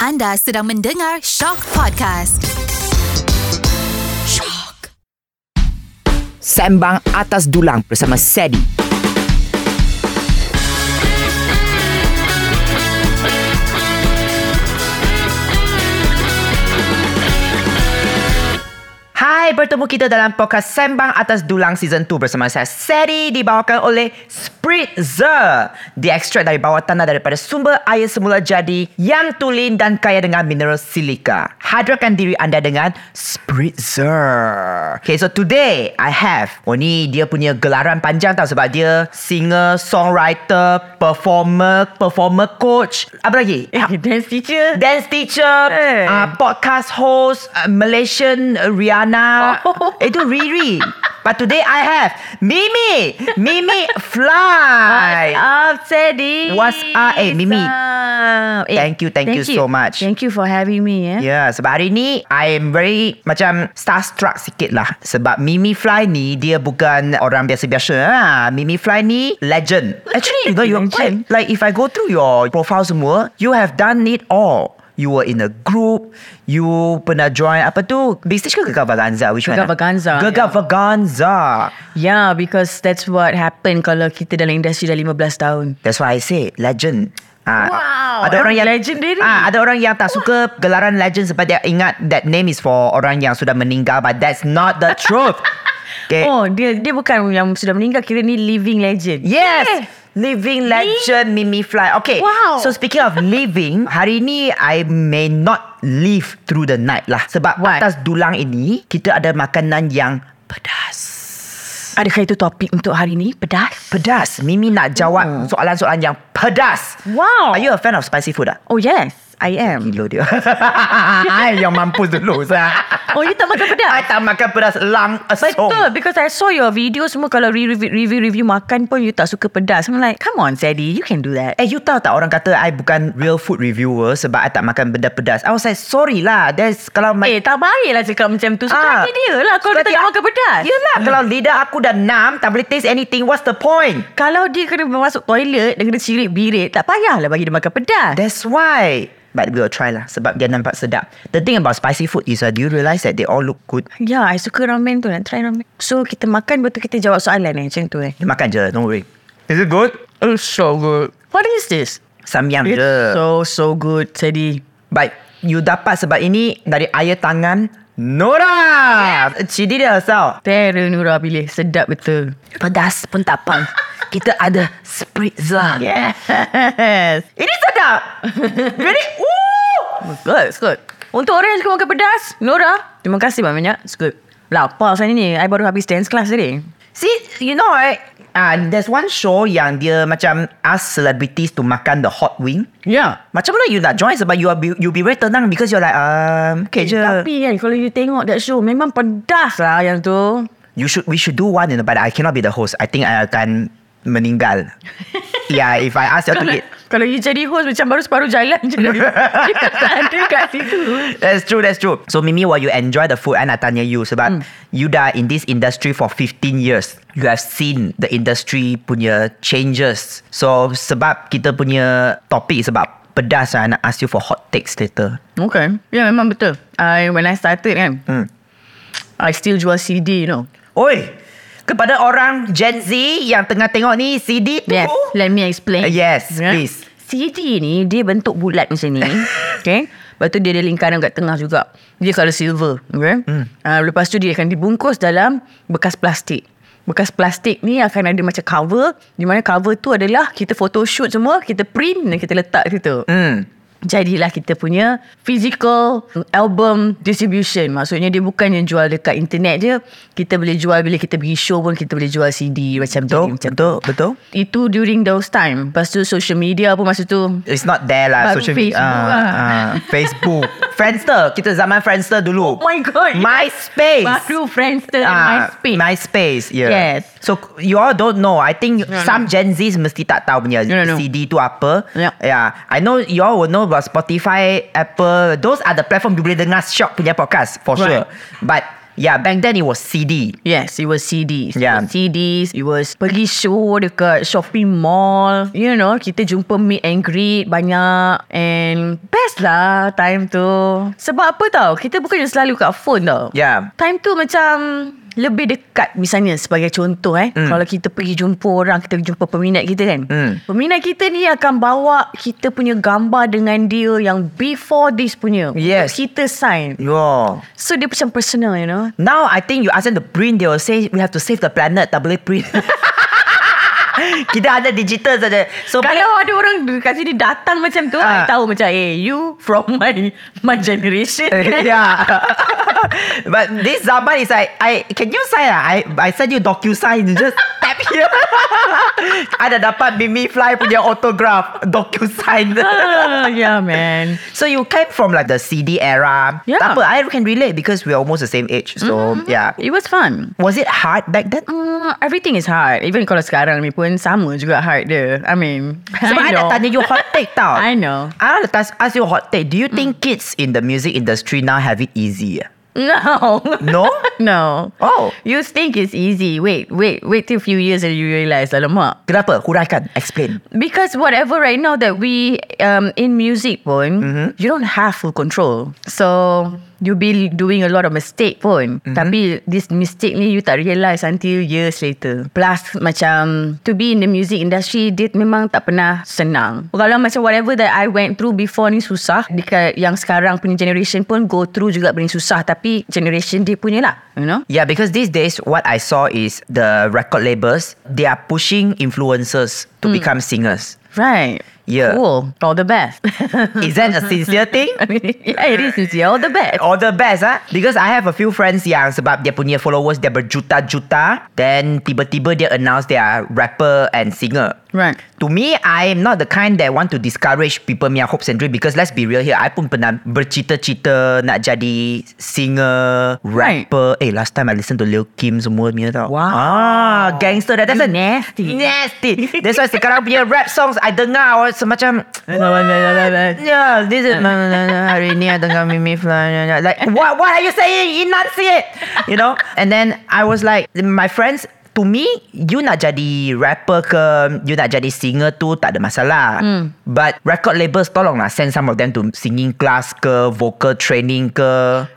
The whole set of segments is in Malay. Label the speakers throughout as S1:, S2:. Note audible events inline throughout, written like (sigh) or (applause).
S1: Anda sedang mendengar Shock Podcast. Shock.
S2: Sembang Atas Dulang bersama Sedi. Hai, bertemu kita dalam podcast Sembang Atas Dulang Season 2 bersama saya Seri dibawakan oleh Spritzer. Diekstrak dari bawah tanah daripada sumber air semula jadi yang tulen dan kaya dengan mineral silika. Hadirkan diri anda dengan Spritzer. Okay, so today I have. Oh ni dia punya gelaran panjang tau sebab dia singer, songwriter, performer, performer coach. Apa lagi? Eh,
S3: Dance teacher
S2: dance teacher,
S3: Eh.
S2: uh, podcast host, uh, Malaysian uh, Rihanna. Eh,
S3: Oh.
S2: Itu Riri. But today I have Mimi. Mimi Fly.
S3: Up Teddy
S2: What's up? Eh, Mimi.
S3: Up. Eh,
S2: Thank you, thank you so much.
S3: Thank you for having me eh.
S2: Ya, yeah, sebab hari ni I am very macam starstruck sikit lah. Sebab Mimi Fly ni dia bukan orang biasa-biasa. Ha. Mimi Fly ni legend. Actually, you know, you're quite,
S3: Legend.
S2: like if I go through your profile semua, you have done it all. You were in a group. You pernah join apa tu? Big Stage ke Gegar Vaganza? Which one?
S3: Gegar
S2: ah?
S3: Vaganza,
S2: Gegar Vaganza.
S3: Yeah, because that's what happened kalau kita dalam industri dah 15 tahun.
S2: That's why I say legend. Ah,
S3: Wow, eh,
S2: ada orang yang
S3: legendary.
S2: Ah, ada orang yang tak suka gelaran legend sebab dia ingat that name is for orang yang sudah meninggal but that's not the
S3: (laughs)
S2: truth. Okay.
S3: Oh, dia dia bukan yang sudah meninggal kira ni living legend.
S2: Yes.
S3: Eh.
S2: Living legend Mimi Fly. Okay.
S3: Wow.
S2: So speaking of
S3: (laughs)
S2: living, hari ni I may not live through the night lah. Sebab
S3: Why?
S2: atas dulang ini kita ada makanan yang pedas.
S3: Adakah itu topik untuk hari ni? Pedas?
S2: Pedas. Mimi nak jawab soalan-soalan yang pedas.
S3: Mm.
S2: Are
S3: Wow.
S2: you a fan of spicy food ah?
S3: Oh yes, I am.
S2: Gila dia (laughs) Yang mampus dulu saya.
S3: Oh, you tak makan pedas?
S2: I tak makan pedas Lang
S3: Betul
S2: esong
S3: Because I saw your video Semua kalau review- review-review makan pun You tak suka pedas I'm like Come on Sadie You can do that
S2: Eh you tahu tak orang kata I bukan real food reviewer Sebab I tak makan benda pedas I was like sorry lah That's kalau
S3: Eh tak baiklah cakap macam tu Suka
S2: Ah.
S3: hati dia lah Kalau
S2: Suka
S3: dia tak
S2: hati
S3: nak
S2: aku-
S3: makan pedas Hmm.
S2: Yelah kalau lidah aku dah enam Tak boleh taste anything What's the point?
S3: Kalau dia kena masuk toilet Dia kena cirit birit Tak payahlah bagi dia makan pedas
S2: That's why But we'll try lah Sebab dia nampak sedap The thing about spicy food is uh, Do you realise that they all look good?
S3: Ya, yeah, I suka ramen tu. Nak try ramen. So, kita makan, lepas tu kita jawab soalan eh. Macam tu eh.
S2: Dia makan je Don't worry Is it good?
S3: It's so good. What is this?
S2: Samyang
S3: It's
S2: je
S3: so, so good, Teddy.
S2: But you dapat sebab ini dari air tangan Nora. She did it herself.
S3: Tera Nura pilih. Sedap betul.
S2: Pedas pun tak pang. Kita ada spritzer.
S3: Yes.
S2: (laughs) Ini sedap. Really? Ooh.
S3: Oh, Good, it's good. Untuk orang yang suka makan pedas, Nora, terima kasih banyak-banyak. It's good. Lapar saya ni. I baru habis dance class tadi.
S2: See, you know right? Ah, there's one show yang dia macam ask celebrities to makan the hot wing.
S3: Ya.
S2: Macam mana you nak join sebab you are be, you be very tenang because you're like um okay je.
S3: Tapi kan kalau you tengok that show memang pedas lah yang tu.
S2: You should we should do one you know, but I cannot be the host. I think I akan meninggal. yeah, if I ask you to
S3: Kalau,
S2: eat.
S3: kalau you jadi host macam baru separuh jalan je dah. Dia tak ada kat situ.
S2: That's true, that's true. So Mimi, while you enjoy the food, I nak tanya you
S3: Hmm.
S2: sebab you dah in this industry for 15 years. You have seen the industry punya changes. So sebab kita punya topik sebab pedas, I nak ask you for hot takes later.
S3: Okay. Ya yeah, memang betul. I, when I started kan,
S2: Hmm.
S3: I still jual CD you know.
S2: Oi, kepada orang Gen Z yang tengah tengok ni CD tu.
S3: Yes, let me explain.
S2: Uh, yes,
S3: Ya.
S2: please.
S3: CD ni dia bentuk bulat
S2: (laughs)
S3: macam ni. okay. Lepas tu dia ada lingkaran kat tengah juga. Dia colour silver. Okay. Hmm. Uh, lepas tu dia akan dibungkus dalam bekas plastik. Bekas plastik ni akan ada macam cover. Di mana cover tu adalah kita photoshoot semua. Kita print dan kita letak situ.
S2: Hmm.
S3: Jadilah kita punya physical album distribution. Maksudnya dia bukan yang jual dekat internet je. Kita boleh jual bila kita pergi show pun kita boleh jual CD macam tu.
S2: Betul,
S3: Macam
S2: betul, betul.
S3: itu during those time. Lepas tu social media pun masa tu.
S2: It's not there lah
S3: Baru
S2: social
S3: Facebook lah.
S2: ah, Facebook Friendster Kita zaman Friendster dulu
S3: Oh my God, yes.
S2: MySpace
S3: Baru Friendster uh, and
S2: Ah,
S3: MySpace.
S2: MySpace, yeah.
S3: Yes.
S2: So you all don't know. I think
S3: No,
S2: some Gen Zs mesti tak tahu punya
S3: No, Ya. no, no.
S2: CD tu apa.
S3: Yeah.
S2: yeah. I know you all will know about Spotify, Apple. Those are the platform you boleh dengar shock punya podcast for
S3: Right.
S2: sure. But Yeah, back then it was CD.
S3: Yes, it was CDs.
S2: Yeah.
S3: It was CDs. It was pergi show dekat shopping mall. You know, kita jumpa meet and greet banyak. And best lah time tu. Sebab apa tau, kita bukan selalu kat phone tau.
S2: Yeah.
S3: Time tu macam lebih dekat misalnya sebagai contoh eh
S2: Hmm.
S3: mm. kalau kita pergi jumpa orang kita jumpa peminat kita kan
S2: Mm.
S3: peminat kita ni akan bawa kita punya gambar dengan dia yang before this punya
S2: Yes.
S3: kita sign
S2: Yo.
S3: so dia macam personal you know
S2: Now I think you ask them to print, they will say we have to save the planet, tak boleh print. (laughs) Kita ada digital saja. So
S3: Kalau ada orang dekat sini datang macam tu,
S2: Ah.
S3: I tahu macam, eh, you from my my
S2: (laughs)
S3: generation.
S2: yeah. but this Zaman is like, I can you sign? ah? I I send you DocuSign. You just tap here. (laughs) Ada dapat Mimi Fly punya autograph DocuSign. (laughs)
S3: Ah, yeah, man.
S2: so you came from like the CD era.
S3: Yeah. Mm-hmm.
S2: Tak apa, I can relate because we're almost the same age. So yeah.
S3: It was fun.
S2: Was it hard back then?
S3: Mm, everything is hard. Even kalau sekarang ni pun sama juga hard dia. I mean,
S2: Sebab I, nak tanya you hot take tau.
S3: I know. Mm.
S2: I want to ask, ask you a hot take. Do you think kids in the music industry now have it easy?
S3: (laughs) No.
S2: No? (laughs)
S3: no.
S2: Oh.
S3: You think it's easy. Wait, wait, wait till few years and you realise, alamak.
S2: Kenapa? Huraikan. Explain.
S3: Because whatever right now that we um in music pun, you don't have full control. So you be doing a lot of mistake pun. Tapi this mistake ni you tak realise until years later. Plus macam to be in the music industry dia memang tak pernah senang. Kalau macam whatever that I went through before ni susah, dekat yang sekarang punya generation pun go through juga benda susah tapi generation dia punya lah, you know?
S2: Yeah, because these days what I saw is the record labels, they are pushing influencers to
S3: Hmm.
S2: become singers.
S3: Right.
S2: Yeah.
S3: Cool. All the best. (laughs)
S2: Is that a sincere thing?
S3: yeah, it is. It's all the best.
S2: All the best ah Because I have a few friends yang Sebab dia punya followers Dia berjuta-juta Then tiba-tiba dia announce They are rapper and singer
S3: Right.
S2: To me, I am not the kind that want to discourage people punya hopes and dream because let's be real here, I pun pernah bercita-cita nak jadi singer,
S3: Right.
S2: rapper. Eh, last time I listen to Lil Kim semua punya tau.
S3: Wow.
S2: Ah, gangster that. That's a-
S3: You nasty.
S2: Nasty. That's why sekarang punya rap songs, I dengar awak semacam... Yeah, this is hari ni I dengar Mimi Fly. Like, what, what are you saying? Enunciate! You know? And then I was like, my friends, to me, you nak jadi rapper ke, you nak jadi singer tu tak ada masalah. But record labels tolonglah send some of them to singing class ke, vocal training ke.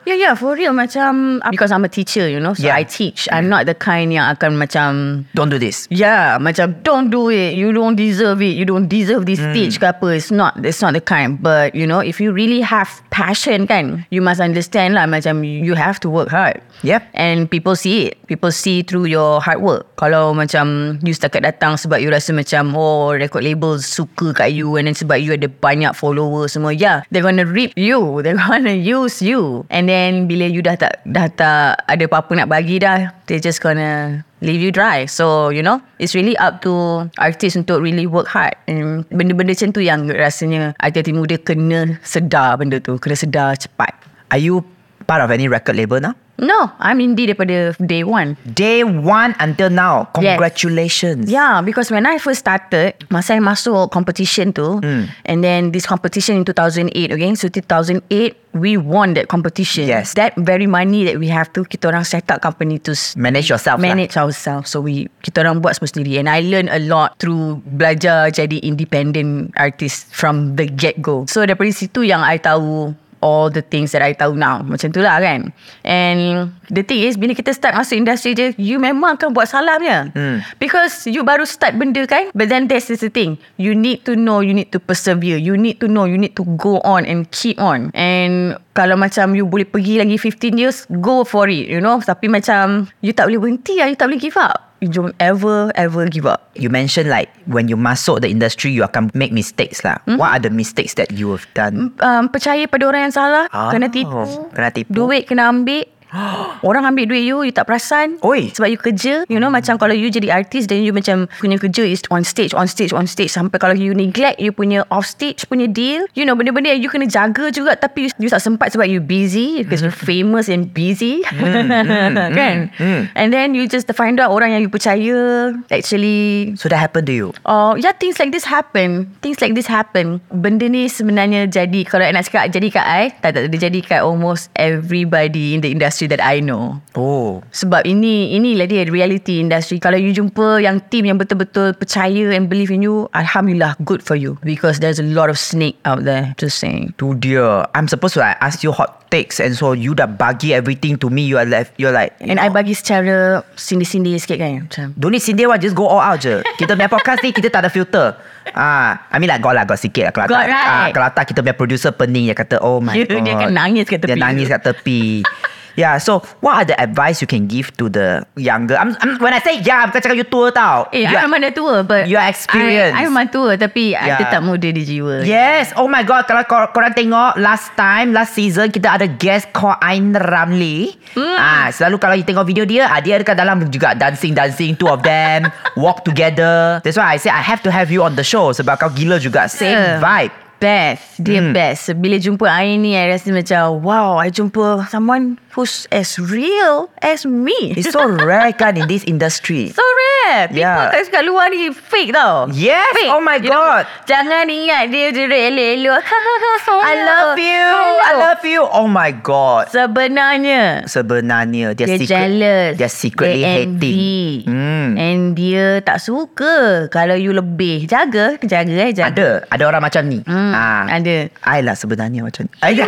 S3: Yeah, yeah, for real. Macam, because I'm a teacher, you know, so
S2: Yeah.
S3: I teach. I'm not the kind yang akan macam,
S2: Don't do this.
S3: yeah, macam don't do it. You don't deserve it. You don't deserve this stage ke apa. It's not, it's not the kind. But, you know, if you really have passion kan, you must understand lah macam you have to work hard.
S2: Yep.
S3: And people see it. People see through your hard work. Kalau macam you setakat datang sebab you rasa macam oh record label suka kat you and then sebab you ada banyak follower semua. Yeah, they're gonna rip you. (laughs) They're gonna use you. And then bila you dah tak dah tak ada apa-apa nak bagi dah, they're just gonna leave you dry. So, you know, it's really up to artist untuk really work hard. And benda-benda macam tu yang rasanya artis muda kena sedar benda tu. Kena sedar cepat.
S2: Are you part of any record label now?
S3: No, I'm indie daripada day one.
S2: Day one until now.
S3: Yes.
S2: Congratulations.
S3: Yeah, because when I first started, masa I masuk competition tu,
S2: Hmm.
S3: and then this competition in 2008, okay? So 2008, we won that competition.
S2: Yes.
S3: That very money that we have to, kita orang set up company to s-
S2: Manage yourself lah.
S3: manage ourselves. So we, kita orang buat semua sendiri. And I learn a lot through belajar jadi independent artist from the get-go. So daripada situ yang I tahu all the things that I tahu now. Macam tu lah kan. And the thing is, bila kita start masuk industri je, you memang akan buat salah punya. Hmm. Because you baru start benda kan. But then this is the thing. You need to know, you need to persevere. You need to know, you need to go on and keep on. And kalau macam you boleh pergi lagi 15 years, go for it, you know. Tapi macam you tak boleh berhenti lah, you tak boleh give up. You don't ever, ever give up.
S2: You mentioned like when you masuk the industry, you akan make mistakes lah.
S3: Mm-hmm.
S2: What are the mistakes that you have done?
S3: Um, percaya pada orang yang salah,
S2: Ah,
S3: kena tipu.
S2: Kena tipu.
S3: Duit
S2: (gasps)
S3: kena ambil. Orang ambil duit you You tak perasan
S2: Oi.
S3: Sebab you kerja You know macam Kalau you jadi artis Then you macam Punya kerja is on stage On stage On stage Sampai kalau you neglect You punya off stage Punya deal You know benda-benda yang You kena jaga juga Tapi you, you tak sempat Sebab you busy Because
S2: Hmm.
S3: you're famous and busy (laughs) Kan And then you just find out Orang yang you percaya Actually
S2: So that happened to you?
S3: Oh, yeah, things like this happen. Things like this happen. Benda ni sebenarnya jadi, kalau I nak cakap jadi kat I, tak, tak, dia jadi kat almost everybody in the industry. industry that I know.
S2: Oh.
S3: Sebab ini inilah dia reality industry. Kalau you jumpa yang team yang betul-betul percaya and believe in you, alhamdulillah good for you because there's a lot of snake out there just saying.
S2: Tu dia. I'm supposed to like, ask you hot takes and so you dah bagi everything to me. You are left. You're like.
S3: And I bagi secara sindir-sindir sikit kan macam.
S2: Don't need sindir one, just go all out je. Kita punya podcast ni, kita tak ada filter. Ah, I mean like got lah, got sikit lah. Kalau tak,
S3: Got
S2: ah,
S3: right.
S2: kalau tak, kita punya producer pening. Dia kata, oh my
S3: (laughs) Dia-
S2: god.
S3: dia akan nangis kat
S2: Dia
S3: tepi.
S2: nangis kat tepi. yeah, so what are the advice you can give to the younger? I'm, I'm, when I say yeah, bukan cakap you tua tau.
S3: Eh,
S2: You
S3: I
S2: are-
S3: memang dah tua but
S2: you are experienced.
S3: I, I memang tua tapi
S2: Yeah.
S3: yeah. I tetap muda di jiwa.
S2: Yes, oh my god Kalau kor- korang tengok Last time, last season Kita ada guest called Ain Ramli
S3: Hmm.
S2: mm. ah, Selalu kalau you tengok video dia ah, Dia dekat dalam juga Dancing-dancing Two of
S3: (laughs)
S2: them Walk together That's why I say I have to have you on the show Sebab kau gila juga Same
S3: Yeah.
S2: vibe
S3: Best Dia hmm. best Bila jumpa Ain ni I rasa macam Wow I jumpa someone Who's as real As me
S2: It's so rare kan In this industry
S3: (laughs) So rare People
S2: Yeah.
S3: yeah. kat kat luar ni Fake tau
S2: Yes,
S3: fake.
S2: oh my
S3: You know,
S2: God.
S3: Jangan ingat dia Dia elok-elok (laughs)
S2: I love you I love you Oh my god
S3: Sebenarnya
S2: Sebenarnya Dia,
S3: Dia
S2: secret,
S3: jealous
S2: Dia secretly
S3: dia
S2: hating
S3: envy.
S2: Hmm.
S3: And dia tak suka Kalau you lebih Jaga Jaga eh jaga
S2: Ada Ada orang macam ni Ah.
S3: Hmm, ada.
S2: I lah sebenarnya
S3: (laughs)
S2: macam ni I lah.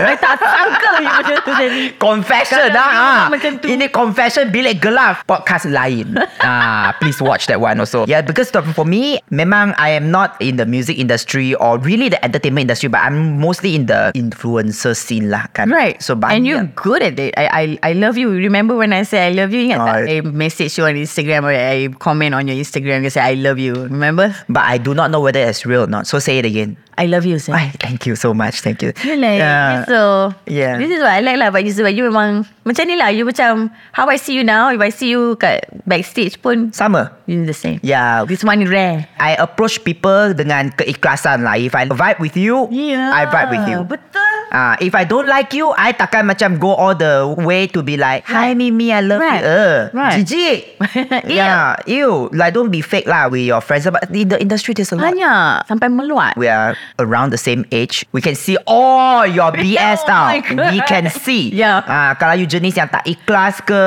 S3: I tak sangka you macam tu tadi
S2: Confession
S3: Kadang-kadang
S2: lah ah.
S3: memang macam tu.
S2: Ini confession Bilik gelap Podcast
S3: (laughs)
S2: lain ah, Please watch that one also Yeah because for me Memang I am not in the music industry Or really the entertainment industry But I'm mostly in the Influencer scene lah kan
S3: Right.
S2: So
S3: and you're
S2: banyak
S3: good at it. I, I I love you. Remember when I say I love you? Ingat tak?
S2: Oh,
S3: I message you on Instagram or I comment on your Instagram. You say I love you. Remember?
S2: But I do not know whether it's real or not So say it again
S3: I love you. Say.
S2: Ay, (laughs) Thank you so much Thank you
S3: You're like
S2: Yeah.
S3: so.
S2: Yeah.
S3: This is what I like lah. But you sebab you memang macam ni lah. You macam how I see you now. If I see you kat backstage pun
S2: Sama
S3: you the same.
S2: Yeah
S3: This one rare.
S2: I approach people dengan keikhlasan lah If I vibe with you I vibe with you
S3: Betul.
S2: Ah, if I don't like you, I takkan macam go all the way to be like, Hi Mimi, I love
S3: Right.
S2: you. Uh,
S3: Right. (laughs)
S2: Jijik.
S3: Ew.
S2: yeah, you. Like, don't be fake lah with your friends. But in the industry, there's a lot.
S3: Banyak sampai meluat.
S2: We are around the same age. We can see all
S3: (laughs)
S2: your BS
S3: Oh
S2: now.
S3: my God.
S2: We can see.
S3: Yeah.
S2: Ah, kalau you jenis yang tak ikhlas ke.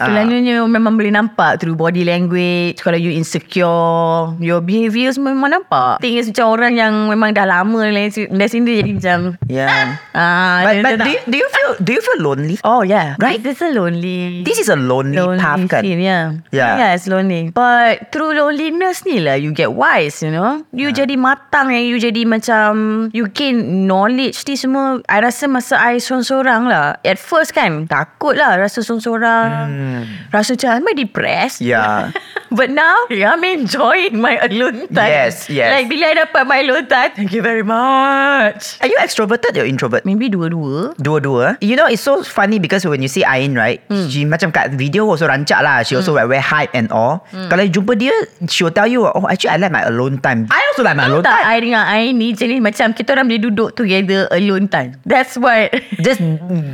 S2: ah,
S3: Selalunya memang boleh nampak through body language Kalau you insecure Your behaviour semua memang nampak Thing is macam orang yang memang dah lama Dari sini jadi macam (laughs)
S2: yeah.
S3: ah,
S2: but
S3: dia
S2: but
S3: tak-
S2: do, you, do you feel do you feel lonely?
S3: Oh yeah
S2: Right.
S3: It's a lonely
S2: This is a lonely,
S3: lonely
S2: path kan.
S3: scene, yeah.
S2: Yeah.
S3: yeah it's lonely But through loneliness ni lah You get wise you know You jadi matang And you jadi macam You gain knowledge ni semua I rasa masa I sorang-sorang lah At first kan Takut lah rasa sorang-sorang
S2: Hmm.
S3: Rasa macam Am I depressed
S2: Yeah.
S3: But now I'm enjoying my alone time
S2: Yes, yes.
S3: Like bila I dapat my alone time Thank you very much
S2: Are you extroverted or introvert?
S3: Maybe dua-dua
S2: Dua-dua You know it's so funny Because when you see Ain right She macam kat video Also rancak lah She also wear, wear hype and all Kalau you jumpa dia She will tell you Oh actually I like my alone time I also like my alone
S3: tak
S2: time
S3: I dengan I ni jenis macam kita orang boleh duduk together alone time. That's
S2: (laughs)
S3: what
S2: Just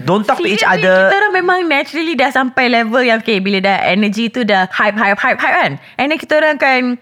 S2: don't talk to each
S3: Seriously, Kita
S2: other
S3: orang memang naturally dah sampai level yang okay bila dah energy tu dah hype hype hype hype kan. And then kita orang kan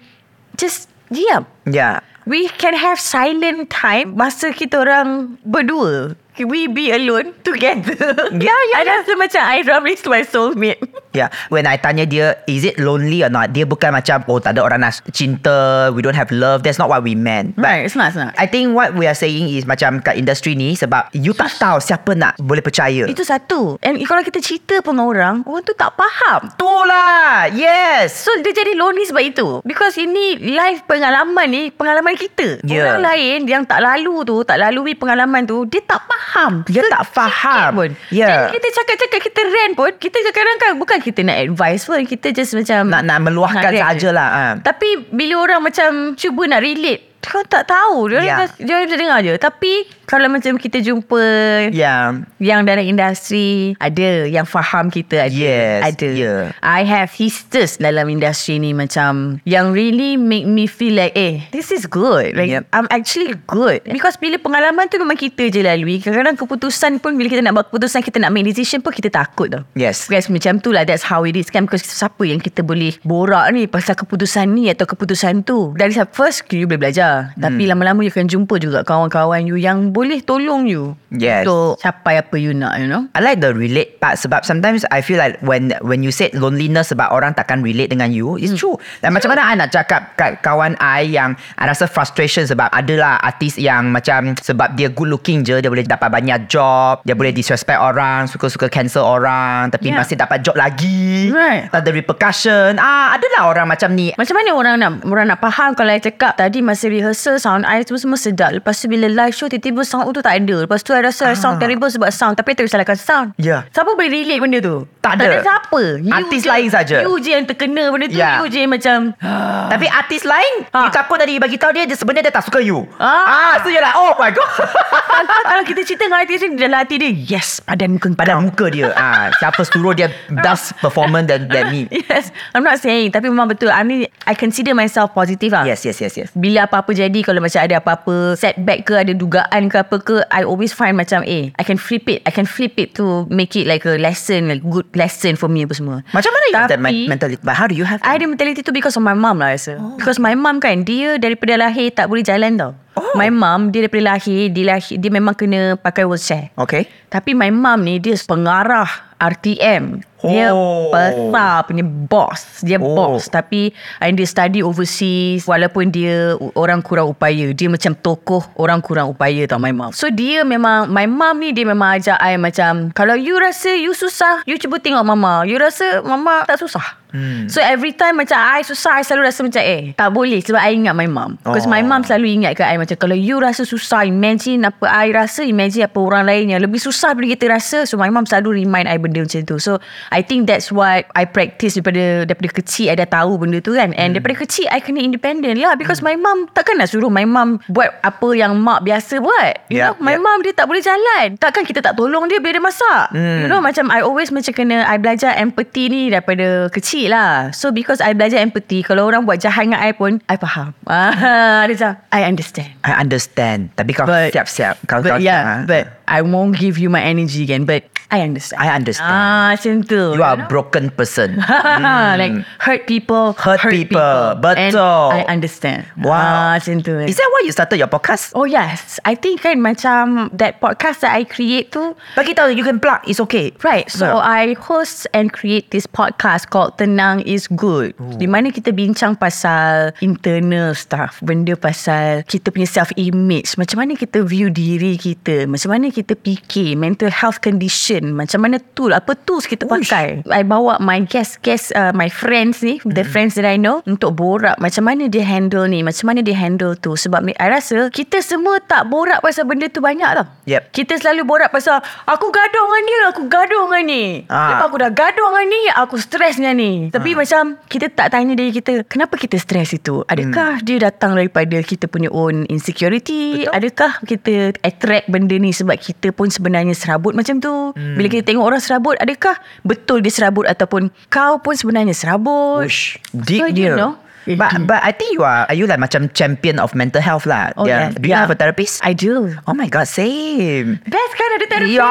S3: just diam.
S2: Yeah
S3: We can have silent time masa kita orang berdua. Can we be alone together? (laughs) Ya,
S2: Yeah, yeah,
S3: I rasa macam I Ramli is my (laughs) soulmate.
S2: Yeah Ya. When I tanya dia Is it lonely or not Dia bukan macam Oh tak ada orang nak cinta We don't have love That's not what we meant But
S3: Right, it's not, it's not.
S2: I think what we are saying is Macam kat industri ni Sebab you tak tahu Siapa nak boleh percaya
S3: Itu satu. And kalau kita cerita pun dengan orang, orang tu tak faham.
S2: tu lah Yes
S3: So dia jadi lonely sebab itu Because ini live pengalaman ni Pengalaman kita
S2: Yeah.
S3: Orang lain yang tak lalu tu Tak lalui pengalaman tu Dia tak faham
S2: Dia tak faham. Ya.
S3: pun.
S2: Yeah.
S3: Dan kita cakap-cakap Kita rant pun Kita kadang-kadang kan Bukan kita nak advice pun Kita just macam
S2: Nak- nak meluahkan
S3: rant
S2: sahajalah,
S3: je.
S2: ah.
S3: Tapi bila orang macam Cuba nak relate Kau tak tahu Dia
S2: Yeah.
S3: yeah. dia dia dengar je Tapi Kalau macam kita jumpa
S2: Yeah
S3: yang dalam industri Ada Yang faham kita Ada
S2: Yes, Ya.
S3: Ada
S2: yeah.
S3: I have sisters Dalam industri ni Macam Yang really make me feel like Eh This is good Like
S2: Yep.
S3: I'm actually good Because bila pengalaman tu Memang kita je lalui Kadang-kadang keputusan pun Bila kita nak buat keputusan Kita nak make decision pun Kita takut tau
S2: Yes.
S3: Guys macam tu lah That's how it is kan Because siapa yang kita boleh Borak ni Pasal keputusan ni
S2: Hmm.
S3: Atau keputusan tu Dari sa- first You boleh belajar Tapi lama-lama You akan jumpa juga Kawan-kawan you Yang boleh tolong you
S2: Yes.
S3: untuk capai apa you nak, you know.
S2: I like the relate part sebab sometimes I feel like when when you said loneliness sebab orang takkan relate dengan you,
S3: Hmm.
S2: it's true. Dan macam mana I nak cakap kat kawan I yang I rasa frustration sebab adalah artis yang macam sebab dia good looking je, dia boleh dapat banyak job, dia boleh disrespect orang, suka-suka cancel orang tapi
S3: Yeah.
S2: masih dapat job lagi.
S3: Right.
S2: Tak ada repercussion. Ah, adalah orang macam ni.
S3: Macam mana orang nak orang nak faham kalau I cakap tadi masa rehearsal sound I tu semua sedap. Lepas tu bila live show tiba-tiba sound tu tak ada. Lepas tu I rasa ah. I sound terrible sebab sound tapi I tak boleh salahkan sound.
S2: Ya.
S3: Siapa boleh relate benda tu?
S2: Tak
S3: Tak ada
S2: ada.
S3: siapa.
S2: Artis
S3: je-
S2: lain saja.
S3: You je yang terkena benda tu.
S2: Ya.
S3: You je yang macam
S2: Tapi artis lain
S3: Ha.
S2: You takut tadi bagi tahu dia, dia Sebenarnya dia tak suka you ah
S3: Ah.
S2: so you're like Oh my (laughs) god
S3: kalau, kalau kita cerita dengan artis ni dalam hati dia yes padan muka kau.
S2: Padahal muka dia ah, Siapa suruh dia Does performance than, than me
S3: Yes I'm not saying Tapi memang betul I mean I consider myself positive lah
S2: Yes yes yes yes
S3: Bila apa-apa jadi Kalau macam ada apa-apa Setback ke Ada dugaan ke apa ke I always find macam Eh I can flip it I can flip it to Make it like a lesson Like good lesson for me Apa semua
S2: Macam mana you have that
S3: Tapi-
S2: men- mentality But how do you have
S3: I ada mentality tu because of my mum lah rasa. Oh. Because my mum kan, dia daripada lahir tak boleh jalan tau.
S2: Oh.
S3: My mum, dia daripada lahir, dia, lahir, dia memang kena pakai wheelchair.
S2: Okay
S3: Tapi my mum ni dia pengarah RTM. Dia
S2: Oh.
S3: besar punya boss. Dia
S2: Oh.
S3: boss. Tapi and dia study overseas walaupun dia u- orang kurang upaya. Dia macam tokoh orang kurang upaya tau my mum. So dia memang my mum ni dia memang ajak I macam kalau you rasa you susah, you cuba tengok mama. You rasa mama tak susah. Hmm. So every time macam I susah I selalu rasa macam eh tak boleh sebab I ingat my mum. Because my
S2: Oh.
S3: mum selalu ingatkan I macam kalau you rasa susah imagine apa I rasa imagine apa orang lain yang lebih susah daripada kita rasa so my mum selalu remind I benda macam tu so I think that's why I practice daripada daripada kecil I dah tahu benda tu kan and daripada kecil I kena independent lah because my mum takkan nak suruh my mum buat apa yang mak biasa buat you
S2: Yeah,
S3: know my
S2: yeah.
S3: mum dia tak boleh jalan takkan kita tak tolong dia bila dia masak
S2: Hmm.
S3: you know macam I always macam kena I belajar empathy ni daripada kecil lah so because I belajar empathy kalau orang buat jahat dengan I pun I faham (laughs) ah, dia macam I understand
S2: I understand Tapi kau
S3: But-
S2: siap-siap Kau, kau
S3: But yeah,
S2: ah.
S3: but I won't give you my energy again. But I understand.
S2: I understand
S3: Ah, macam tu.
S2: You are a
S3: (laughs)
S2: broken (laughs) person
S3: like hurt people,
S2: Hurt people.
S3: And
S2: Betul.
S3: I understand. Ah,
S2: Wow
S3: macam tu.
S2: Is that why you started your podcast?
S3: Oh yes, I think kan macam that podcast that I create tu
S2: Bagi tahu you can plug It's okay
S3: Right, so I host and create this podcast called Tenang is Good. Di mana kita bincang pasal internal stuff, benda pasal kita punya self image, macam mana kita view diri kita, macam mana kita fikir, mental health condition, macam mana tool, apa tools kita
S2: Uish.
S3: pakai. I bawa my guest-guest, uh, my friends ni, the
S2: Mm-hmm.
S3: friends that I know untuk borak macam mana dia handle ni, macam mana dia handle tu. Sebab I rasa kita semua tak borak pasal benda tu banyak tau.
S2: Yep.
S3: Kita selalu borak pasal Aku gaduh dengan dia Aku gaduh dengan ni
S2: Ah.
S3: Lepas aku dah gaduh dengan ni Aku stres dengan ni Tapi macam Kita tak tanya diri kita Kenapa kita stres itu Adakah dia datang daripada Kita punya own insecurity Betul. Adakah kita attract benda ni Sebab kita pun sebenarnya serabut macam tu Bila kita tengok orang serabut Adakah betul dia serabut Ataupun kau pun sebenarnya serabut
S2: Ush, deep
S3: So,
S2: dia.
S3: you know.
S2: But but I think you are are you like macam champion of mental health lah.
S3: Oh,
S2: yeah.
S3: yes.
S2: Do you
S3: Yeah.
S2: have a therapist?
S3: I do
S2: Oh my god, same.
S3: Best kan ada terapi
S2: Ya,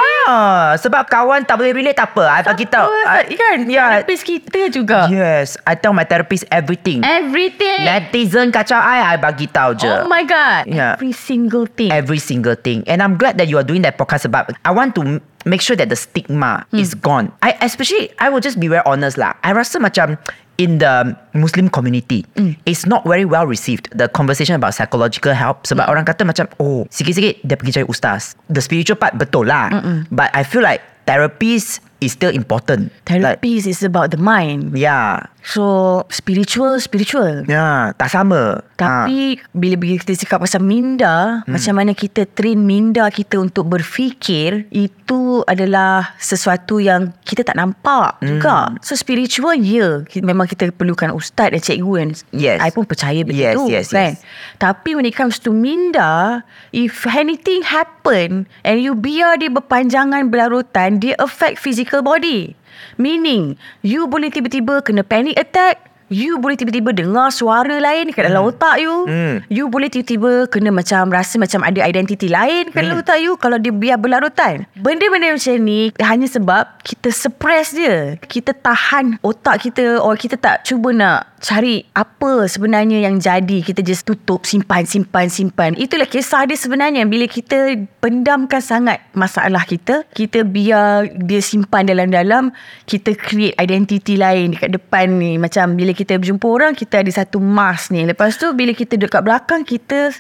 S2: sebab kawan tak boleh relate tak apa. I bagi tahu. I-
S3: Kan
S2: Yeah.
S3: Terapis kita juga
S2: Yes, I tell my therapist everything.
S3: Everything.
S2: Netizen kacau I, I bagi tahu je.
S3: Eh. Oh my god.
S2: Yeah.
S3: Every single thing.
S2: every single thing. And I'm glad that you are doing that podcast about. I want to m- make sure that the stigma is gone. I especially I will just be very honest lah. I rasa macam in the Muslim community, it's not very well received. The conversation about psychological help sebab orang kata macam oh sikit-sikit dia pergi cari ustaz. The spiritual part betul lah. But I feel like therapies is still important. Like,
S3: Therapies is about the mind.
S2: yeah,
S3: So spiritual, spiritual.
S2: yeah, tak sama. Ah.
S3: Tapi bila bila kita cakap pasal minda, hmm. macam mana kita train minda kita untuk berfikir itu adalah sesuatu yang kita tak nampak hmm. juga. So spiritual ya, yeah. memang kita perlukan ustaz dan cikgu dan
S2: Yes.
S3: I pun percaya benda
S2: Yes,
S3: tu
S2: yes,
S3: kan.
S2: yes.
S3: Tapi when it comes to minda, if anything happen and you biar dia berpanjangan berlarutan, dia affect physical body. Meaning, you boleh tiba-tiba kena panic attack, You boleh tiba-tiba dengar suara lain kat
S2: Hmm.
S3: dalam otak you. Mm. You boleh tiba-tiba kena macam rasa macam ada identiti lain kat dalam
S2: Hmm.
S3: otak you kalau dia biar berlarutan. Benda-benda macam ni hanya sebab kita suppress dia. Kita tahan otak kita or kita tak cuba nak cari apa sebenarnya yang jadi. Kita just tutup, simpan, simpan, simpan. Itulah kisah dia sebenarnya. Bila kita pendamkan sangat masalah kita, kita biar dia simpan dalam-dalam, kita create identiti lain dekat depan ni. Macam bila kita berjumpa orang, kita ada satu mask ni. Lepas tu bila kita dekat belakang, kita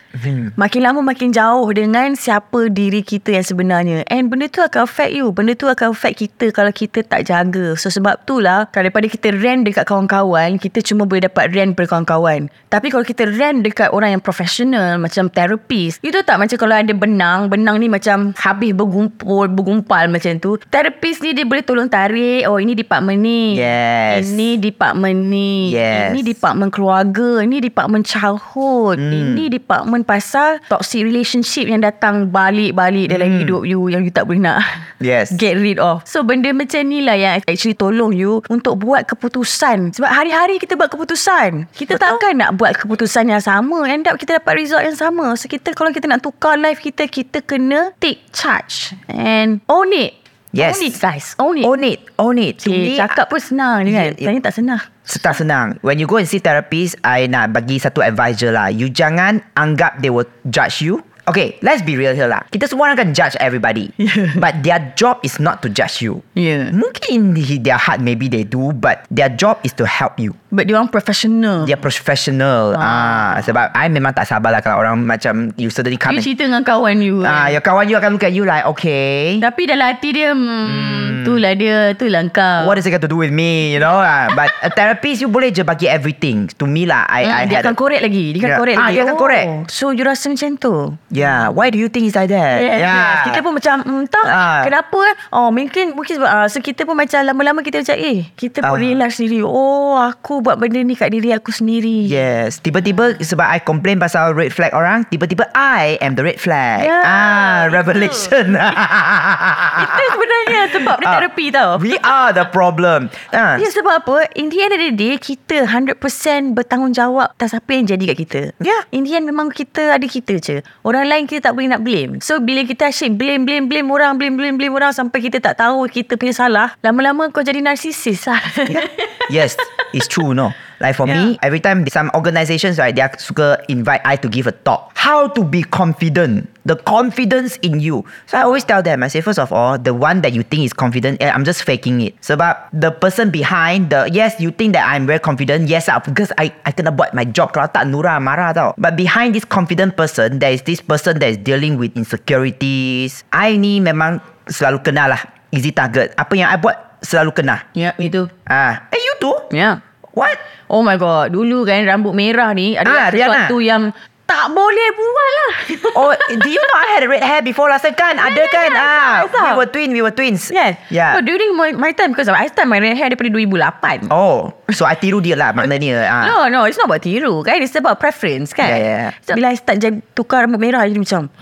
S3: makin lama makin jauh dengan siapa diri kita yang sebenarnya. And benda tu akan affect you. Benda tu akan affect kita kalau kita tak jaga. So sebab tu lah, kalau daripada kita rant dekat kawan-kawan, kita cuma boleh dapat rant daripada kawan-kawan. Tapi kalau kita rant dekat orang yang profesional, macam terapis, you tahu tak macam kalau ada benang, benang ni macam habis bergumpul, bergumpal macam tu. Terapis ni dia boleh tolong tarik, oh ini department ni.
S2: Yes.
S3: Ini department ni
S2: Yes.
S3: Ini department keluarga Ini department childhood mm. Ini department pasal Toxic relationship yang datang Balik-balik dalam hidup you Yang you tak boleh nak
S2: Yes.
S3: Get rid of So benda macam ni lah Yang actually tolong you Untuk buat keputusan Sebab hari-hari kita buat keputusan Kita takkan nak buat keputusan yang sama End up kita dapat result yang sama So kita kalau kita nak tukar life kita Kita kena take charge And own it
S2: Yes.
S3: Own it guys Own it
S2: Own it, own it. To me,
S3: Okay, cakap pun senang ni
S2: Ya,
S3: kan.
S2: ya.
S3: Tanya tak senang.
S2: Tak senang When you go and see therapist I nak bagi satu advice je lah You jangan anggap they will judge you Okay, let's be real here lah. Kita semua orang akan judge everybody.
S3: (laughs) Yeah.
S2: But their job is not to judge you.
S3: Yeah.
S2: Mungkin in the- their heart maybe they do, but their job is to help you.
S3: But dia orang professional.
S2: Dia professional. Ah. sebab I memang tak sabar lah kalau orang macam you suddenly
S3: You
S2: come and,
S3: cerita dengan kawan you.
S2: ah,
S3: Ah,
S2: your kawan you akan look at you like, okay,
S3: Tapi dalam hati dia, hmm, tu lah dia, tu lah kau.
S2: what is it got to do with me, you know? Ah, but a therapist you boleh je bagi everything. To me lah, I, I
S3: Hmm, dia
S2: had
S3: akan
S2: a-
S3: korek lagi. Dia akan
S2: Yeah.
S3: korek
S2: Ah,
S3: lagi. Oh,
S2: dia akan korek.
S3: So, you rasa macam tu?
S2: Yeah, why do you think it's like that?
S3: Yes,
S2: yeah.
S3: yes. Kita pun macam mm, tak
S2: Ah.
S3: Kenapa eh Oh mungkin Mungkin sebab ah, So kita pun macam Lama-lama kita macam Eh kita
S2: Ah.
S3: pun relax diri Oh aku buat benda ni Kat diri aku sendiri
S2: Yes, tiba-tiba sebab I complain pasal red flag orang, tiba-tiba I am the red flag.
S3: Yeah,
S2: ah,
S3: itu.
S2: revelation. (laughs)
S3: Itu sebenarnya Sebab dia
S2: Ah.
S3: terapi tau
S2: We are the problem. Ah,
S3: Ya sebab apa In the end of the day Kita 100% bertanggungjawab Atas apa yang jadi kat kita
S2: Ya.
S3: In the end memang kita Ada kita je Orang lain kita tak boleh nak blame So bila kita asyik Blame blame blame orang Blame blame blame orang Sampai kita tak tahu Kita punya salah Lama-lama kau jadi narsisis lah (laughs)
S2: (laughs) yes, it's true, no. Like for me, every time some organizations right, they are suka invite I to give a talk. How to be confident? The confidence in you. So I always tell them, I say first of all, the one that you think is confident, eh, I'm just faking it. Sebab the person behind the yes, you think that I'm very confident. Yes, ah, because I I kena buat my job. Kalau tak Nura marah tau. But behind this confident person, there is this person that is dealing with insecurities. I ni memang selalu kena lah easy target. Apa yang I buat selalu kena.
S3: Ya itu
S2: Ah, eh you too?
S3: Ya
S2: What?
S3: Oh my god Dulu kan rambut merah ni
S2: Ah,
S3: Ada
S2: Rihanna.
S3: sesuatu yang Tak boleh buat lah
S2: Oh, do you know I had a red hair before last time? Kan, ada
S3: yeah,
S2: kan?
S3: yeah, I
S2: ah,
S3: saw, I
S2: we
S3: saw.
S2: were twin, we were twins.
S3: (laughs) Yes
S2: Yeah.
S3: So during my, my time Because I start my red hair Daripada 2008
S2: Oh, so I tiru dia lah maknanya. Ah.
S3: No, no. It's not about tiru, kan? It's about preference, kan?
S2: Yeah, yeah, yeah.
S3: So, bila I start jadi, tukar rambut merah, jadi macam...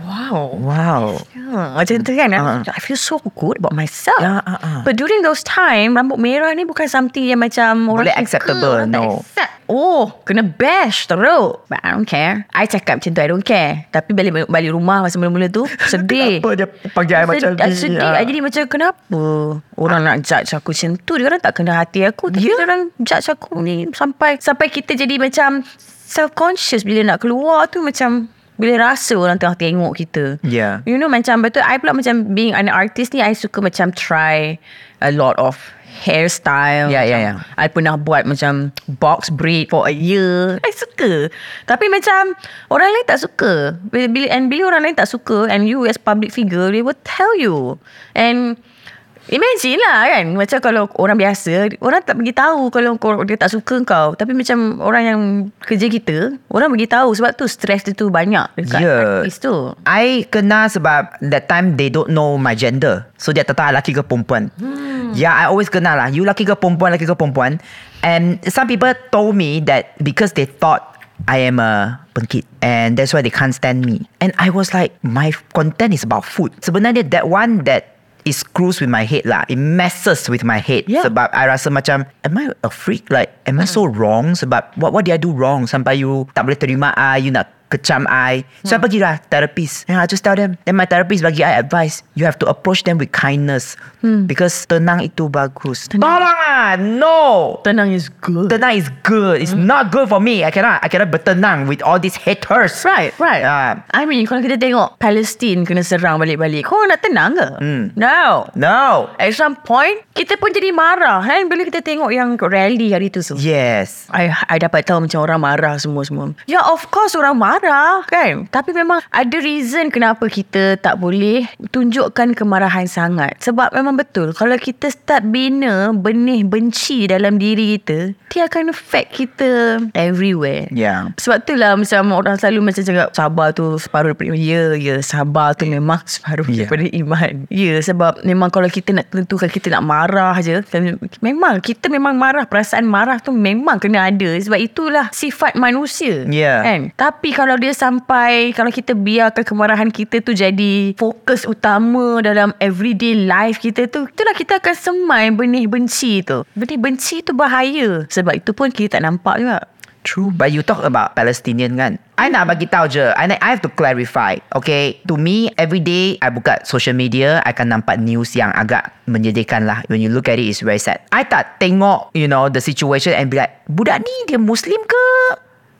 S3: Wow.
S2: Wow.
S3: Hmm, macam tu kan
S2: Ah,
S3: I feel so good about myself
S2: Yeah, ah, ah.
S3: But during those time Rambut merah ni Bukan something yang macam orang
S2: Boleh
S3: suka,
S2: acceptable,
S3: orang tak
S2: no.
S3: accept. Oh Kena bash teruk But I don't care I cakap macam tu I don't care Tapi balik balik rumah Masa mula-mula
S2: (laughs)
S3: tu Sedih
S2: Kenapa Oh, dia panggil I macam
S3: Sedih,
S2: ni?
S3: sedih.
S2: Ah.
S3: I jadi macam kenapa Orang nak judge aku macam tu Dia orang tak kena hati aku
S2: Ya.
S3: Tapi yeah. orang judge aku ni Sampai Sampai kita jadi macam Self-conscious Bila nak keluar tu macam Bila rasa orang tengah tengok kita
S2: Yeah.
S3: You know macam Betul I pula macam Being an artist ni I suka macam try A lot of Hairstyle
S2: Yeah,
S3: macam
S2: yeah, yeah.
S3: I pernah buat macam box braid for a year. I suka. Tapi macam orang lain tak suka. Bila, bila, and bila orang lain tak suka and you as public figure, they will tell you. And Imagine lah kan Macam kalau orang biasa Orang tak beritahu Kalau kor- dia tak suka kau Tapi macam Orang yang kerja kita Orang beritahu Sebab tu stres dia tu banyak Dekat
S2: Yeah.
S3: artis tu
S2: I kena sebab that time they don't know my gender. So dia tak tahu I lelaki ke perempuan. Hmm. Yeah, I always kena lah. You lelaki ke perempuan, lelaki ke perempuan. And some people told me that because they thought I am a pengkit and that's why they can't stand me. And I was like, my content is about food. Sebenarnya that one that it screws with my head lah. It messes with my head.
S3: Yeah.
S2: Sebab I rasa macam, am I a freak? Like, am I so wrong? Sebab what what did I do wrong? Sampai you tak boleh terima I, you nak kecam I. So, I pergilah therapist. And I just tell them, then my therapist bagi I advice, you have to approach them with kindness. Because tenang itu bagus. Tolonglah! No!
S3: Tenang is good.
S2: Tenang is good. It's not good for me. I cannot. I cannot bertenang with all these haters.
S3: Right, right.
S2: Ah.
S3: I mean, kalau kita tengok Palestin kena serang balik-balik, kau nak tenang ke? No.
S2: No.
S3: At some point, kita pun jadi marah kan bila kita tengok yang rally hari tu
S2: Ya.
S3: semua.
S2: Yes.
S3: I, I dapat tahu macam orang marah semua-semua. Ya, of course orang marah kan. Tapi memang ada reason kenapa kita tak boleh tunjukkan kemarahan sangat. Sebab memang betul. Kalau kita start bina benih benci dalam diri kita, dia akan affect kita everywhere.
S2: Yeah.
S3: Sebab tu lah macam orang selalu macam cakap sabar tu separuh daripada iman. Ya, ya sabar tu memang (laughs) separuh yeah.
S2: Ya.
S3: daripada iman. Ya sebab memang kalau kita nak tentukan kita nak marah je. kan, Memang kita memang marah. Perasaan marah tu memang kena ada. Sebab itulah sifat manusia.
S2: Ya.
S3: Kan? Tapi kalau dia sampai, kalau kita biarkan kemarahan kita tu jadi fokus utama dalam everyday life kita tu, itulah kita akan semai benih benci tu. Benih benci tu bahaya. Sebab itu pun kita tak nampak juga.
S2: True. But you talk about Palestinian kan. I nak bagi tahu je. I, nak- I have to clarify. Okay. To me, every day I buka social media, I akan nampak news yang agak menyedihkan lah. When you look at it, it's very sad. I tak tengok, you know, the situation and be like, budak ni dia Muslim ke?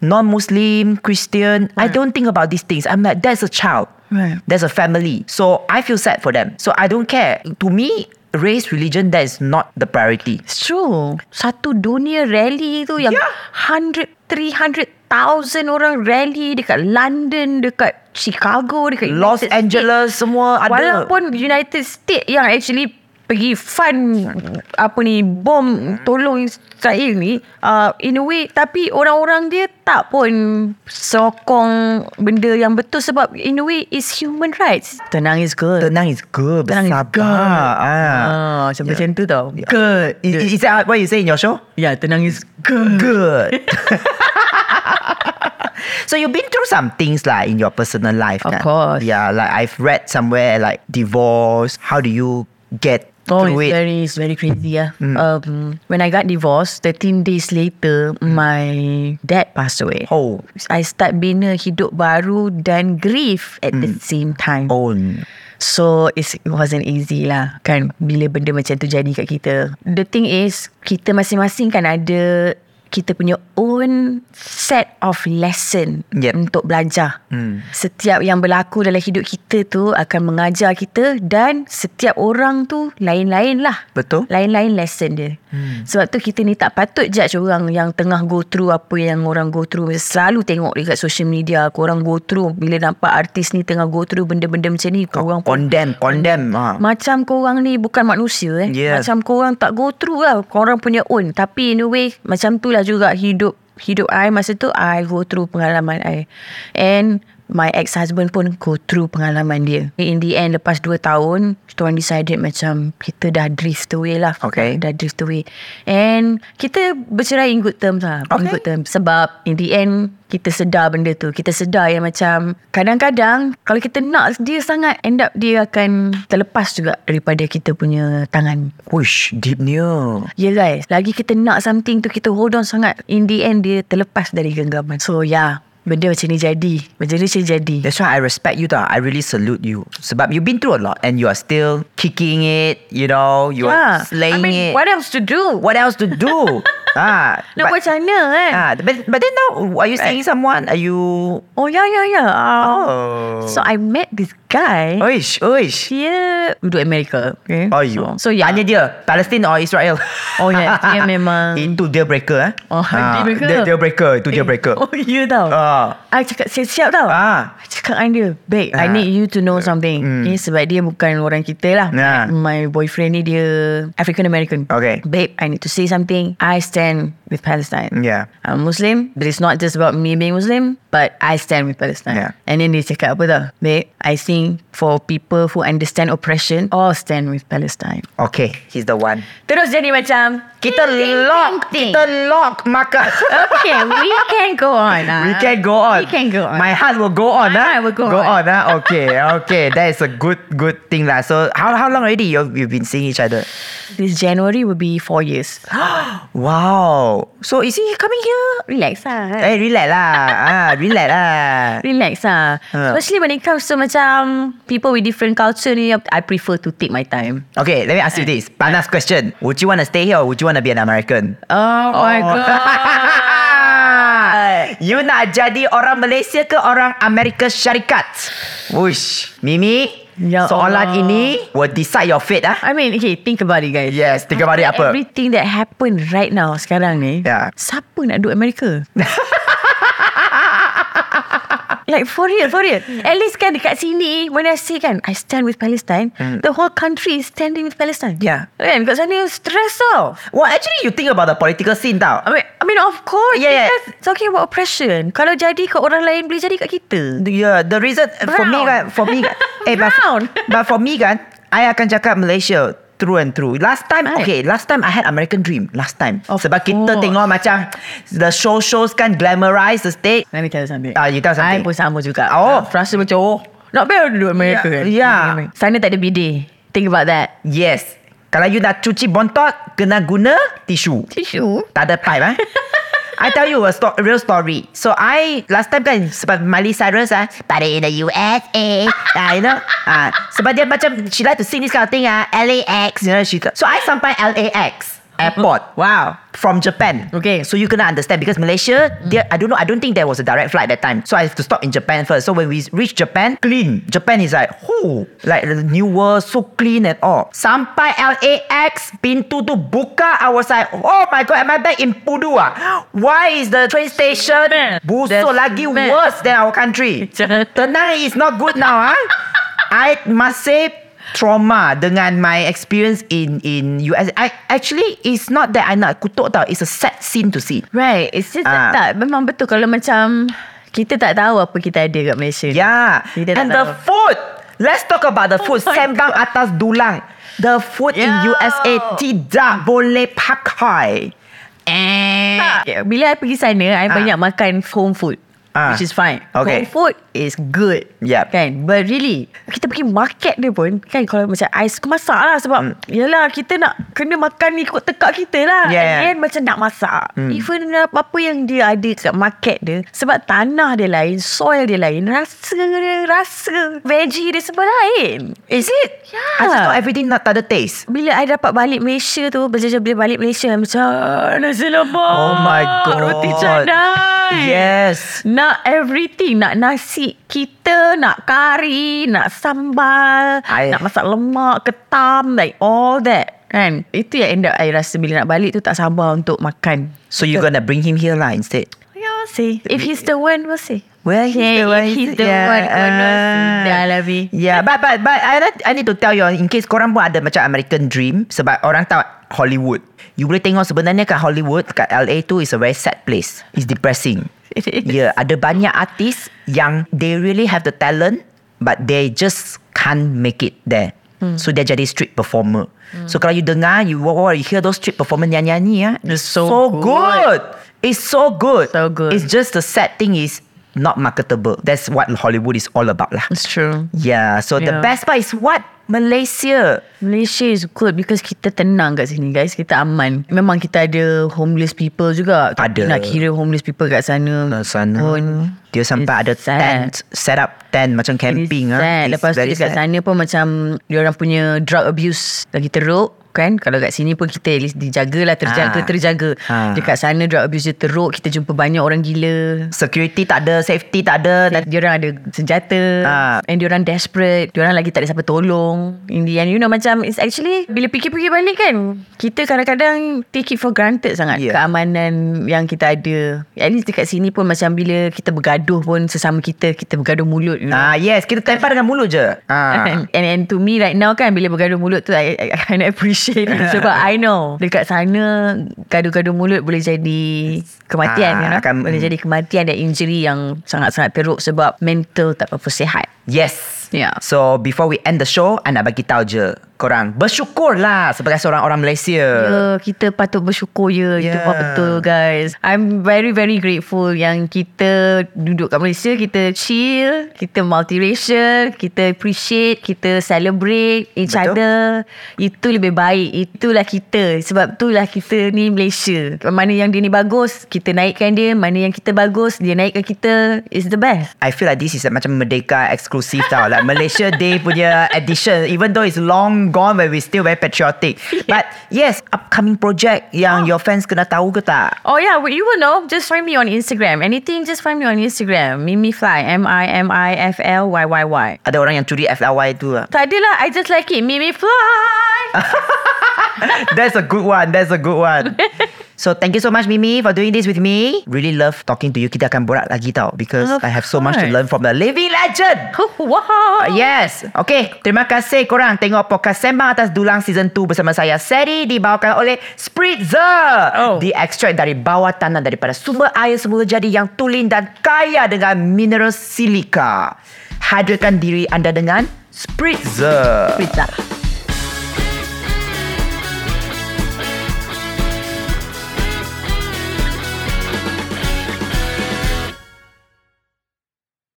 S2: Non-Muslim, Christian. I don't think about these things. I'm like, that's a child.
S3: Right.
S2: There's a family. So I feel sad for them. So I don't care. To me, race, religion, that is not the priority.
S3: It's true. Satu dunia rally tu yang
S2: Yeah.
S3: 100, 300,000 orang rally dekat London, dekat Chicago, dekat
S2: Los
S3: United
S2: Angeles semua
S3: States.
S2: ada.
S3: Walaupun United States yang actually pergi fund apa ni bom tolong Israel ni uh, in a way tapi orang-orang dia tak pun sokong benda yang betul sebab in a way is human rights tenang is good
S2: Tenang is good.
S3: Tenang is
S2: bersabar.
S3: good.
S2: Ah.
S3: ah, macam macam tu tau Ya,
S2: Good. Is,
S3: Good. Mm.
S2: is that what you say in your show?
S3: yeah tenang is good (laughs)
S2: Good. (laughs) so you've been through some things like in your personal life.
S3: Of
S2: kan?
S3: course.
S2: Yeah, like I've read somewhere like divorce. How do you get
S3: Oh,
S2: through it?
S3: it's very, it's very crazy. Yeah. Um, when I got divorced, 13 days later, my dad passed away.
S2: Oh.
S3: I start bina hidup baru dan grief at the same time.
S2: Oh. Own.
S3: So it's, it wasn't easy lah kan bila benda macam tu jadi kat kita. The thing is kita masing-masing kan ada kita punya own set of lesson
S2: Yep.
S3: untuk belajar. Hmm. Setiap yang berlaku dalam hidup kita tu akan mengajar kita dan setiap orang tu lain-lain lah.
S2: Betul.
S3: Lain-lain lesson dia. Hmm. Sebab tu kita ni tak patut judge orang yang tengah go through apa yang orang go through. Selalu tengok dekat social media orang go through bila nampak artis ni tengah go through benda-benda macam ni. Korang pun
S2: Condemn. Condemn. ah.
S3: macam korang ni bukan manusia eh.
S2: Yes.
S3: Macam korang tak go through lah. Korang punya own. Tapi in a way, macam tu lah juga hidup hidup I masa tu I go through pengalaman I and my ex-husband pun go through pengalaman dia in the end lepas 2 tahun kita orang decided macam kita dah drift away lah
S2: Okay.
S3: dah drift away and kita bercerai in good terms lah in
S2: Okay.
S3: good terms sebab in the end kita sedar benda tu kita sedar yang macam kadang-kadang kalau kita nak dia sangat end up dia akan terlepas juga daripada kita punya tangan
S2: Whoosh. Deep new.
S3: Ya yeah guys, lagi kita nak something tu kita hold on sangat. In the end dia terlepas dari genggaman. So yeah, benda macam ni jadi. Benda ni macam jadi.
S2: That's why I respect you tau. I really salute you. Sebab you've been through a lot and you are still kicking it, you know, you are slaying
S3: Ha. I mean,
S2: it.
S3: what else to do?
S2: What else to
S3: (laughs)
S2: do? ah,
S3: Nak buat macam mana kan?
S2: Ah, but, but then now, are you seeing someone? Are you?
S3: Oh ya ya ya.
S2: Oh.
S3: So I met this guy.
S2: Oish, oish.
S3: Dia duduk Amerika. Okay.
S2: Oh, you.
S3: So, so yeah.
S2: Tanya dia, Palestine or Israel?
S3: (laughs) Oh, ya.
S2: (laughs)
S3: Dia memang-
S2: Itu deal breaker eh.
S3: Oh, deal breaker.
S2: Deal, deal breaker. Itu deal breaker.
S3: (laughs) Oh ya tau.
S2: Ah.
S3: I cakap siap-siap tau.
S2: Ah.
S3: I cakap dengan dia, Babe, I
S2: Ah. Hmm.
S3: need you to know something. Mm. Okay, sebab dia bukan orang kita lah.
S2: Ah.
S3: My boyfriend ni dia African American.
S2: Okay.
S3: Babe, I need to say something. I stand stand with Palestine.
S2: Yeah.
S3: I'm Muslim, but it's not just about me being Muslim, but I stand with Palestine.
S2: Yeah.
S3: And then they cakap apa tau? Babe, I think for people who understand oppression, all stand with Palestine.
S2: Okay, he's the one.
S3: Terus jadi macam,
S2: Kita
S3: ting,
S2: lock,
S3: ting, ting.
S2: kita lock
S3: (laughs)
S2: makan.
S3: Okay, we can go on. ah.
S2: We can go on.
S3: We can go on.
S2: My heart will go on.
S3: My
S2: ah.
S3: heart will go
S2: on.
S3: on.
S2: ah. Okay, okay. That is a good good thing lah. So how how long already you've, you've been seeing each other?
S3: This January will be four years.
S2: Wow. So is he coming here?
S3: Relax lah.
S2: Eh, relax lah. ah, relax lah.
S3: Relax lah.
S2: Ah.
S3: Especially when it comes to macam people with different culture ni, I prefer to take my time.
S2: Okay, let me ask you this. Panas question. Would you want to stay here or would you want to be an American?
S3: Oh, my
S2: Oh. (laughs) you nak jadi orang Malaysia ke orang Amerika Syarikat? Wush. Mimi,
S3: Ya
S2: soalan
S3: Allah.
S2: ini will decide your fate ah.
S3: I mean, okay, think about it guys.
S2: Yes, think about it apa?
S3: Everything that happen right now sekarang ni,
S2: Yeah.
S3: siapa nak duduk Amerika? (laughs) Like for real, for real.
S2: Hmm.
S3: At least kan dekat sini, when I say kan, I stand with Palestine,
S2: Hmm.
S3: the whole country is standing with Palestine.
S2: Yeah.
S3: Kan, kat sana stress tau.
S2: Well, actually, you think about the political scene tau.
S3: I mean, I mean of course.
S2: Yeah, yeah.
S3: because Talking about oppression. Kalau jadi kat orang lain, boleh jadi kat kita.
S2: The- Yeah, the reason for me
S3: Brown.
S2: kan, for
S3: (laughs)
S2: me, eh, but,
S3: Brown.
S2: but for me kan, I akan cakap Malaysia through and through. Last time,
S3: Right.
S2: okay, last time I had American Dream. Last time.
S3: Of
S2: Sebab kita
S3: course.
S2: tengok macam the show-shows kan glamorize the state.
S3: Let me tell you something.
S2: Ah, you tell something.
S3: I pun sama juga.
S2: Oh.
S3: Ah, Rasa macam, oh, not bad duduk Amerika
S2: Yeah,
S3: kan.
S2: yeah.
S3: Sana tak ada bidet. Think about that.
S2: Yes. Kalau you nak cuci bontot, kena guna tisu.
S3: Tissue.
S2: Tak ada pipe eh. I tell you a sto- real story. So I last time kan sebab Miley Cyrus ah, party in the USA, ah, you know, ah, sebab dia macam she like to sing this kind of thing ah, LAX, you know, she so I sampai LAX airport.
S3: Wow.
S2: From Japan.
S3: Okay.
S2: So you gonna understand because Malaysia, there, I don't know, I don't think there was a direct flight that time. So I have to stop in Japan first. So when we reach Japan, clean. Japan is like, whoo, like the new world, so clean and all. Sampai LAX, pintu tu buka, I was like, oh my god, am I back in Pudu ah? Why is the train station
S3: Man,
S2: busuk
S3: that's
S2: lagi
S3: man.
S2: worse than our country?
S3: Jangan.
S2: Tenang is not good now ah. I must say trauma dengan my experience in in US. I actually it's not that I nak kutuk tau. It's a sad scene to see.
S3: Right. It's just
S2: Ah.
S3: uh. tak. Memang betul kalau macam kita tak tahu apa kita ada kat Malaysia. ni.
S2: Yeah.
S3: Kita
S2: Ya.
S3: tak
S2: And the
S3: tahu.
S2: food. Let's talk about the food.
S3: Oh my
S2: Sembang atas dulang. The food in
S3: Yo.
S2: USA tidak boleh pakai. Eh.
S3: Okay, Bila I pergi sana, I
S2: Ah.
S3: banyak makan home food.
S2: Ah.
S3: Which is fine.
S2: Okay.
S3: Home food is good.
S2: Yep.
S3: Kan? But really, kita pergi market dia pun, kan kalau macam I suka masak lah sebab,
S2: Hmm.
S3: mm. yelah kita nak kena makan ikut tekak kita
S2: Yeah,
S3: lah.
S2: Hmm. yeah.
S3: And then macam nak masak. Mm. Even apa-apa yang dia ada kat market dia, sebab tanah dia lain, soil dia lain, rasa dia, rasa veggie dia semua lain.
S2: Is it? I
S3: Yeah.
S2: just thought everything not tak ada taste.
S3: Bila I dapat balik Malaysia tu Bila bila balik Malaysia I Macam "Ah, Nasi lemak
S2: Oh my god.
S3: Roti canai
S2: Yes.
S3: Nak everything Nak nasi kita Nak kari Nak sambal
S2: I-
S3: Nak masak lemak Ketam Like all that Kan Itu yang end up I rasa Bila nak balik tu Tak sabar untuk makan
S2: So you're gonna bring him here lah instead.
S3: Yeah, we'll see. If he's the one, we'll see.
S2: Well, he's
S3: yeah,
S2: the one.
S3: If he's the
S2: yeah,
S3: one, we'll
S2: ah.
S3: see. Dah lah, Bi.
S2: Yeah, but but but I need- I need to tell you all, in case korang pun ada macam American Dream sebab orang tahu Hollywood. You boleh tengok sebenarnya kat Hollywood kat LA tu is a very sad place. It's depressing.
S3: (laughs) It is.
S2: Yeah, ada banyak artis yang they really have the talent but they just can't make it there.
S3: Hmm.
S2: So dia jadi street performer. So kalau you dengar, you wow, you hear those street performer nyanyi-nyanyi ah,
S3: It's so
S2: good.
S3: good.
S2: It's so good.
S3: So good.
S2: It's just the sad thing is not marketable. That's what Hollywood is all about lah.
S3: It's true.
S2: Yeah, so the
S3: Yeah.
S2: best part is what? Malaysia.
S3: Malaysia is good because kita tenang kat sini guys. Kita aman. Memang kita ada homeless people juga.
S2: Ada.
S3: Nak kira homeless people kat sana.
S2: Kat sana.
S3: Pun
S2: Dia sampai
S3: Oh, it's
S2: ada
S3: sad.
S2: tent, set up tent macam camping
S3: It's
S2: ah.
S3: sad.
S2: It's
S3: Lepas tu
S2: very
S3: dekat
S2: sad.
S3: sana pun macam Diorang punya drug abuse Lagi teruk kan Kalau kat sini pun kita at least dijaga lah Terjaga,
S2: Ah.
S3: terjaga
S2: Ah.
S3: Dekat sana drug abuse dia teruk Kita jumpa banyak orang gila
S2: Security tak ada, safety tak ada.
S3: Dan diorang ada senjata
S2: Ah.
S3: And diorang desperate Diorang lagi tak ada siapa tolong In the end You know macam It's actually Bila fikir-fikir balik kan Kita kadang-kadang Take it for granted sangat
S2: Yeah.
S3: Keamanan yang kita ada At least dekat sini pun Macam bila kita bergaduh pun Sesama kita Kita bergaduh mulut you know?
S2: Ah yes, kita tempar dengan mulut je. Ah.
S3: (laughs) kan, And, and, and to me right now kan Bila bergaduh mulut tu I, I, I kind of appreciate cliche ni
S2: (laughs)
S3: Sebab I know Dekat sana Kadu-kadu mulut boleh jadi
S2: Ah,
S3: Kematian you know?
S2: akan-
S3: Boleh jadi kematian dan injury Yang sangat-sangat teruk Sebab mental tak apa-apa sihat
S2: Yes.
S3: Yeah.
S2: So before we end the show, I nak bagi tahu je korang bersyukurlah sebagai seorang orang Malaysia.
S3: Ya, kita patut bersyukur ya. Yeah. Itu
S2: Ya.
S3: buat betul guys. I'm very very grateful yang kita duduk kat Malaysia, kita chill, kita multiracial, kita appreciate, kita celebrate each
S2: Betul.
S3: betul. other. Itu lebih baik. Itulah kita. Sebab itulah kita ni Malaysia. Mana yang dia ni bagus, kita naikkan dia. Mana yang kita bagus, dia naikkan kita. It's the best.
S2: I feel like this is macam Merdeka eksklusif tau. Like Malaysia (laughs) Day punya edition. Even though it's long gone but we still very patriotic. But yes, upcoming project yang your fans kena tahu ke tak?
S3: Oh yeah, well, you will know. Just find me on Instagram. Anything, just find me on Instagram. Mimi Fly. M I M I F L Y Y Y.
S2: Ada orang yang curi FLY tu
S3: (laughs)
S2: lah.
S3: Tak adalah I just like it Mimi (laughs) fly
S2: That's a good one. That's a good
S3: (laughs)
S2: one. So thank you so much Mimi for doing this with me. Really love talking to you. Kita akan borak lagi tau because
S3: Of
S2: I have so much to
S3: course.
S2: learn from the living legend.
S3: Wow
S2: Uh, Yes. Okay. Terima kasih korang tengok podcast Sembang Atas Dulang Season 2 bersama saya Seri dibawakan oleh Spritzer.
S3: Oh.
S2: Di ekstrak dari bawah tanah daripada sumber air semula jadi yang tulen dan kaya dengan mineral silika. Hadirkan diri anda dengan Spritzer.
S3: Pizza